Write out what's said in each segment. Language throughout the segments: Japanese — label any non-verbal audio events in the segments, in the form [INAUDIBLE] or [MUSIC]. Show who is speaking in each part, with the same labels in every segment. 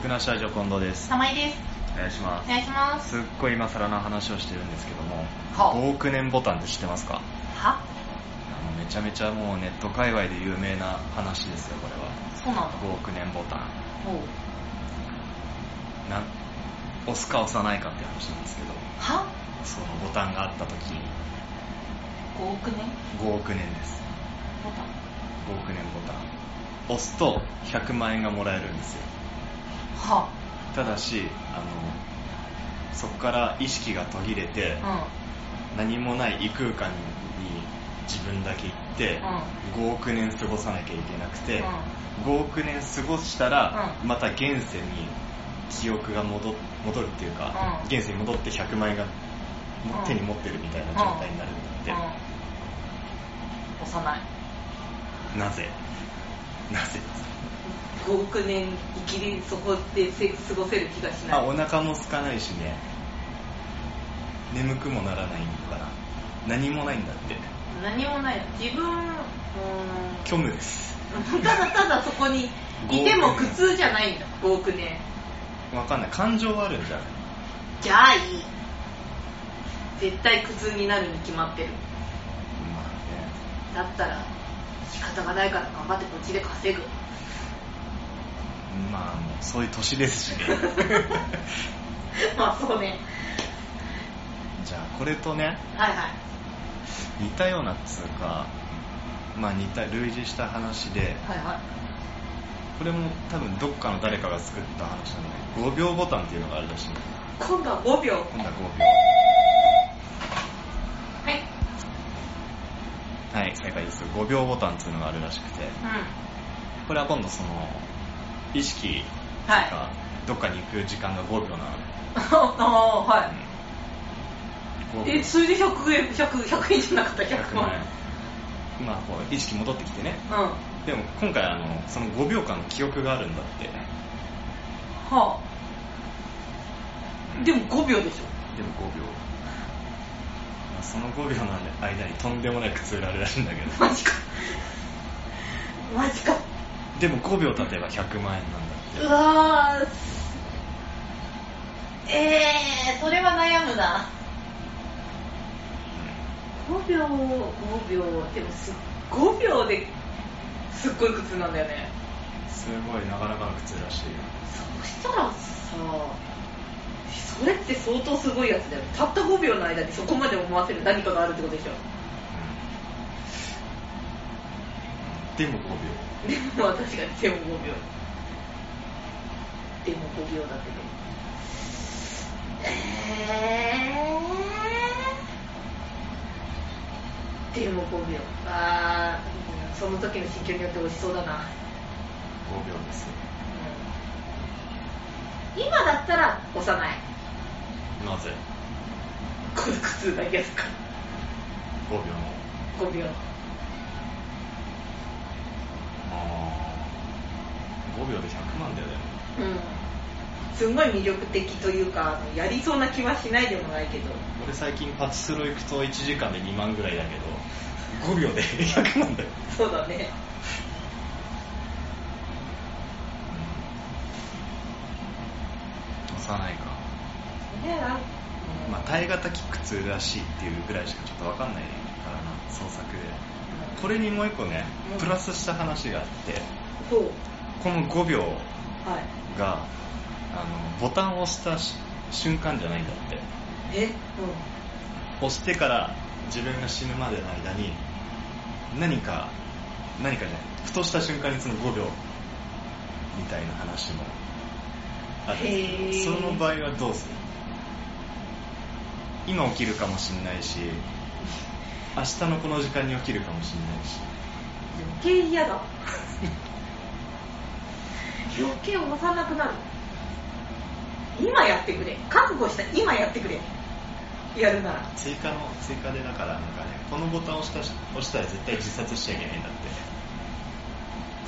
Speaker 1: クナシラジオ近藤です
Speaker 2: 玉井です。
Speaker 1: お願いしま
Speaker 2: お願いします。
Speaker 1: すっごい今更の話をしてるんですけども
Speaker 2: は
Speaker 1: 5億年ボタンって知ってますかあ
Speaker 2: は
Speaker 1: のめちゃめちゃもうネット界隈で有名な話ですよこれは
Speaker 2: そうなんだ。
Speaker 1: 5億年ボタン
Speaker 2: おう
Speaker 1: なん押すか押さないかって話なんですけど
Speaker 2: は
Speaker 1: そのボタンがあった時
Speaker 2: ?5 億年
Speaker 1: 5億年です
Speaker 2: ボタン。
Speaker 1: 5億年ボタン押すと100万円がもらえるんですよ
Speaker 2: は
Speaker 1: ただしあのそこから意識が途切れて、
Speaker 2: う
Speaker 1: 何もない異空間に自分だけ行って、5億年過ごさなきゃいけなくて、5億年過ごしたら、
Speaker 2: うん
Speaker 1: また現世に記憶が戻戻るっていうか、
Speaker 2: うん
Speaker 1: 現世に戻って100万円がも
Speaker 2: うん
Speaker 1: 手に持ってるみたいな状態になるん
Speaker 2: ん。うん
Speaker 1: だ。
Speaker 2: 幼い。
Speaker 1: って、なぜなぜ
Speaker 2: 5億年生きりそこでせ過ごせる気がし
Speaker 1: まあお腹も空かないしね眠くもならないんだから何もないんだって
Speaker 2: 何もない。自分、う
Speaker 1: 虚無です
Speaker 2: ーん。ただただそこにいても苦痛じゃないんだ。5億年。
Speaker 1: わかんない感情はあるんじゃない
Speaker 2: じゃあいい。絶対苦痛になるに決まってる。
Speaker 1: まあね
Speaker 2: だったら仕方がないから頑張ってこっちで稼ぐ。
Speaker 1: まあもうそういう年です
Speaker 2: [LAUGHS]
Speaker 1: しね
Speaker 2: [LAUGHS] まあそうね。
Speaker 1: じゃあこれとね
Speaker 2: はいはい。
Speaker 1: 似たようなっつうかまあ似た類似した話で
Speaker 2: はいはい。
Speaker 1: これも多分どっかの誰かが作った話なんだけど5秒ボタンっていうのがあるらしいんだよ
Speaker 2: 今度は5秒。
Speaker 1: 今度は
Speaker 2: はい。
Speaker 1: 5秒はい正解です5秒ボタンっていうのがあるらしくて
Speaker 2: うん。
Speaker 1: これは今度その意識
Speaker 2: はい。
Speaker 1: がどっかに行く時間が5秒なのね、
Speaker 2: ああ、は
Speaker 1: 5
Speaker 2: い。
Speaker 1: 秒
Speaker 2: え、それで100円、100、100円じゃなかった、100
Speaker 1: 100万
Speaker 2: 万。
Speaker 1: 円まあこう意識戻ってきてね
Speaker 2: うん。は
Speaker 1: でも今回あのその5秒間の記憶があるんだって
Speaker 2: あ。でも5秒でしょ。
Speaker 1: でも5秒、まあ、その5秒の間にとんでもない苦痛があるらしいんだけど
Speaker 2: マジか。マジか。
Speaker 1: [LAUGHS] でも5秒経てば100万円なんだ
Speaker 2: うわーえー、それは悩むな。5秒、5秒、でもす、5秒ですっごい苦痛なんだよね。
Speaker 1: すごいなかなかの苦痛らしいよ
Speaker 2: そうしたらさそれって相当すごいやつだよたった5秒の間にそこまで思わせる何かがあるってことでしょ
Speaker 1: でも5秒
Speaker 2: でも確かにでも5秒でも5秒だけどえー、でも5秒あーうんその時の心境によって落ちそうだ
Speaker 1: 5
Speaker 2: な
Speaker 1: 秒ですよ
Speaker 2: うん今だったら押さない
Speaker 1: なぜ
Speaker 2: これ苦痛だけですか
Speaker 1: 5秒の
Speaker 2: 5秒
Speaker 1: ああ5秒で100万だよね
Speaker 2: うんすんごい魅力的というかあのやりそうな気はしないでもないけど
Speaker 1: 俺最近パチスロ行くと1時間で2万ぐらいだけど5秒で100万だよ
Speaker 2: そうだね
Speaker 1: 押さないか
Speaker 2: ねあうん
Speaker 1: まあ、耐え難き苦痛らしいっていうぐらいしかちょっと分かんないからな創作でこれにもう一個ね
Speaker 2: うん
Speaker 1: プラスした話があって
Speaker 2: そう
Speaker 1: この5秒
Speaker 2: はい
Speaker 1: があのボタンを押したし瞬間じゃないんだって
Speaker 2: えうん
Speaker 1: 押してから自分が死ぬまでの間に何か何かじゃないふとした瞬間にその5秒みたいな話もあるん
Speaker 2: へ
Speaker 1: ですけ
Speaker 2: ー
Speaker 1: どその場合はどうする今起きるかもしんないし明日のこの時間に起きるかもしんないし
Speaker 2: 余計嫌だ [LAUGHS] 余計押さなくなる今やってくれ覚悟した今やってくれやるなら
Speaker 1: 追加の追加でだからなんかねこのボタンを押したし押したら絶対自殺しちゃいけないんだって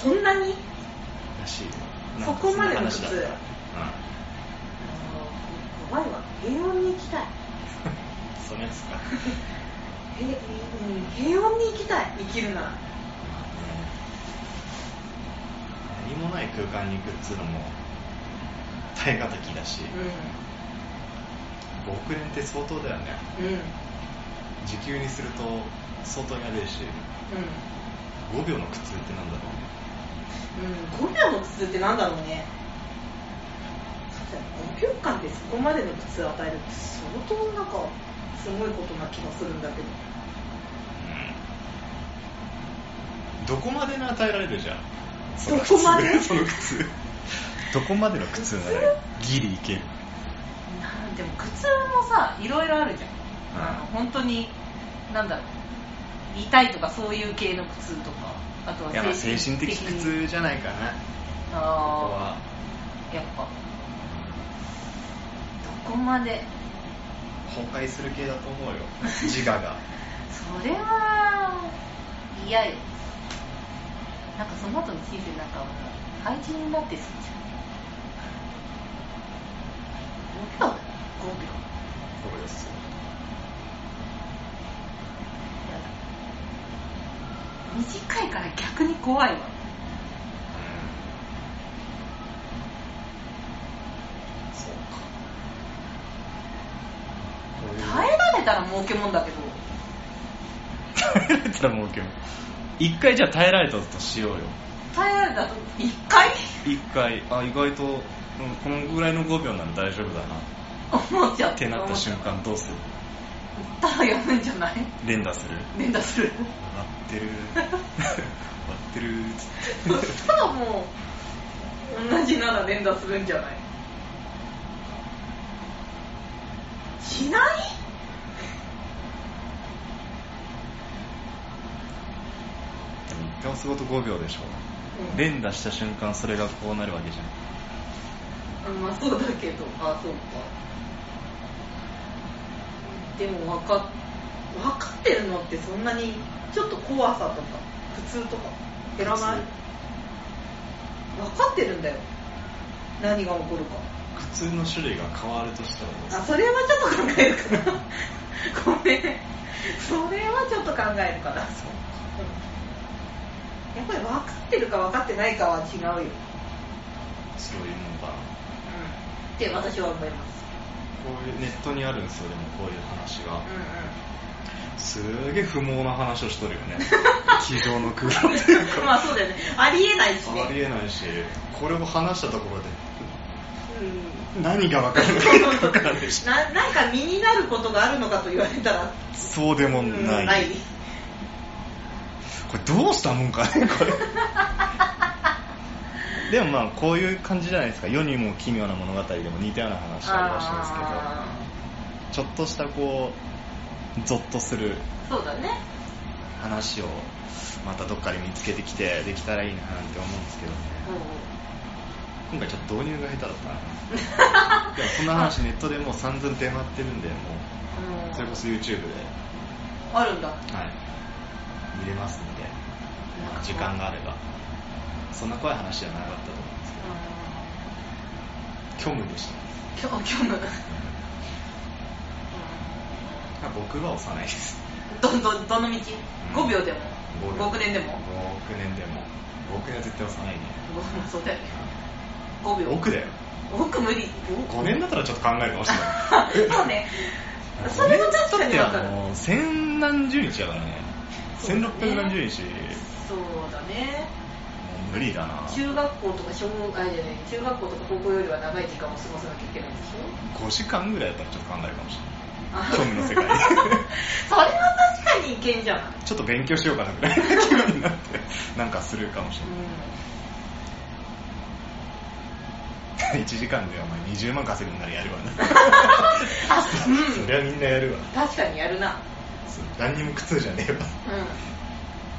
Speaker 2: そんなに
Speaker 1: らしいよ
Speaker 2: そこまでの
Speaker 1: なん
Speaker 2: 苦
Speaker 1: かそんな話だった
Speaker 2: 痛あの怖いわ平穏に行き [LAUGHS] たい
Speaker 1: うんそうですか
Speaker 2: へうん平穏に生きたい生きるなら
Speaker 1: 何もない空間に行くっつうのも耐え難きだし、
Speaker 2: う
Speaker 1: 僕連って相当だよね
Speaker 2: んうんうん
Speaker 1: 時給にすると相当やべえし5秒の苦痛ってなんだろうね
Speaker 2: うん、5秒の苦痛ってなんだろうねそうだよ5秒間でそこまでの苦痛を与えるって相当なんかすごいことな気がするんだけど
Speaker 1: どこまでに与えられるじゃんその
Speaker 2: どこまで
Speaker 1: 苦痛その苦痛どこまでの苦痛なら
Speaker 2: [LAUGHS]
Speaker 1: ギリいける
Speaker 2: なんでも苦痛もさいろいろあるじゃん、
Speaker 1: うん
Speaker 2: あの本当になんだろう痛いとかそういう系の苦痛とかあと
Speaker 1: いやま
Speaker 2: は
Speaker 1: あ精神的苦痛じゃないかなここ
Speaker 2: あ
Speaker 1: は
Speaker 2: あやっぱどこまで
Speaker 1: 崩壊する系だと思うよ自我が
Speaker 2: それは嫌よなんかその後の人生なんかもう廃人になってすんじゃん5秒だよ5秒
Speaker 1: これですよ
Speaker 2: やだ短いから逆に怖いわ
Speaker 1: そうかこういう
Speaker 2: 耐えられたら儲けもんだけど
Speaker 1: 耐えられたらもう今日一回じゃあ耐えられたとしようよ
Speaker 2: 耐えられたと一回
Speaker 1: 一回あ意外とうんこのぐらいの5秒なら大丈夫だな
Speaker 2: 思っちゃっ
Speaker 1: ってなった瞬間どうする
Speaker 2: たらやむんじゃない
Speaker 1: 連打する
Speaker 2: 連打する
Speaker 1: 割って [LAUGHS] る割ってるっつって
Speaker 2: そしたらもう同じなら連打するんじゃないしない
Speaker 1: でも一回押すこと5秒でしょ、
Speaker 2: うん
Speaker 1: 連打した瞬間それがこうなるわけじゃん
Speaker 2: うんまあそうだけどあそうかでも分かっ分かってるのってそんなにちょっと怖さとか苦痛とか減らない分かってるんだよ何が起こるか
Speaker 1: 苦痛の種類が変わるとしたらどうする
Speaker 2: あそれはちょっと考えるから [LAUGHS] ごめんそれはちょっと考えるから
Speaker 1: そう
Speaker 2: うんやっぱり分かってるか分かってないかは違うよ、うん、っ
Speaker 1: そういうもんか
Speaker 2: て私は思います
Speaker 1: こういうネットにあるんですよでもこういう話が
Speaker 2: うんう
Speaker 1: すげえ不毛な話をしとるよ
Speaker 2: [LAUGHS]
Speaker 1: ね机上の空論っていうか
Speaker 2: んまあそうだよねありえないしね
Speaker 1: ありえないしこれを話したところで
Speaker 2: うん
Speaker 1: 何が分かるのかよく分からんでしょ
Speaker 2: な [LAUGHS] なんか身になることがあるのかと言われたら
Speaker 1: [LAUGHS] そうでも
Speaker 2: うん
Speaker 1: ない、
Speaker 2: ない
Speaker 1: これどうしたもんかねこれ [LAUGHS] でもまあこういう感じじゃないですか世にも奇妙な物語でも似たような話があるらしいんですけど
Speaker 2: あ
Speaker 1: ちょっとしたこうゾッとする
Speaker 2: ーそうだね
Speaker 1: 話をまたどっかで見つけてきてできたらいいななんて思うんですけどね今回ちょっと導入が下手だったなでもそんな話ネットでもう散々出回ってるんでも
Speaker 2: うんうん
Speaker 1: うそれこそ YouTube で、
Speaker 2: あるんだ
Speaker 1: はい、見れますんで、まあ時間があればそんな怖い話じゃなかったと思うんです
Speaker 2: う
Speaker 1: けど虚無でした
Speaker 2: ん虚虚無
Speaker 1: まあ僕は幼いです
Speaker 2: どんどんどの道5秒でも
Speaker 1: 5
Speaker 2: 5億年でも
Speaker 1: 5億年でも5億年は絶対幼いね
Speaker 2: 5秒そうだよね5秒
Speaker 1: 億だよ
Speaker 2: 億無理
Speaker 1: 5年だったらちょっと考えるかもしれない
Speaker 2: [LAUGHS] そうねそれは確かに分か
Speaker 1: だってあ
Speaker 2: る
Speaker 1: の千何十日やからね
Speaker 2: そう
Speaker 1: 千
Speaker 2: だ
Speaker 1: 六
Speaker 2: ね
Speaker 1: 百何十日も
Speaker 2: そうだね
Speaker 1: う無理だな
Speaker 2: 中学校とか小あれじゃない中学校とか高校よりは長い時間を過ごさなきゃいけないでしょ
Speaker 1: 5時間ぐらいだったらちょっと考えるかもし
Speaker 2: あ
Speaker 1: れない興味の世界
Speaker 2: [LAUGHS] それは確かにいけんじゃない、うん、
Speaker 1: ちょっと勉強しようかなぐらいの気分になってなんかするかもしれない1時間でお前20万稼ぐんならやるわ
Speaker 2: あ
Speaker 1: な、そりゃみんなやるわ
Speaker 2: うん確かにやるな
Speaker 1: そう何にも苦痛じゃねえわ
Speaker 2: うん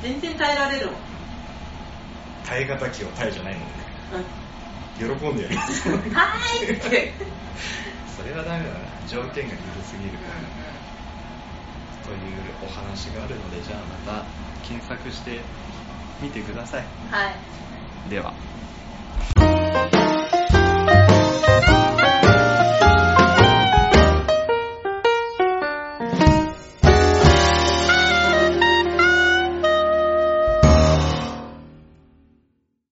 Speaker 2: 全然耐えられるもん、
Speaker 1: 耐え難きを耐えじゃないもんね
Speaker 2: う
Speaker 1: 喜んでやる
Speaker 2: ん、はーいって
Speaker 1: [LAUGHS] それはダメだな条件が緩すぎるから、というお話があるのでじゃあまた検索してみてください
Speaker 2: はい
Speaker 1: では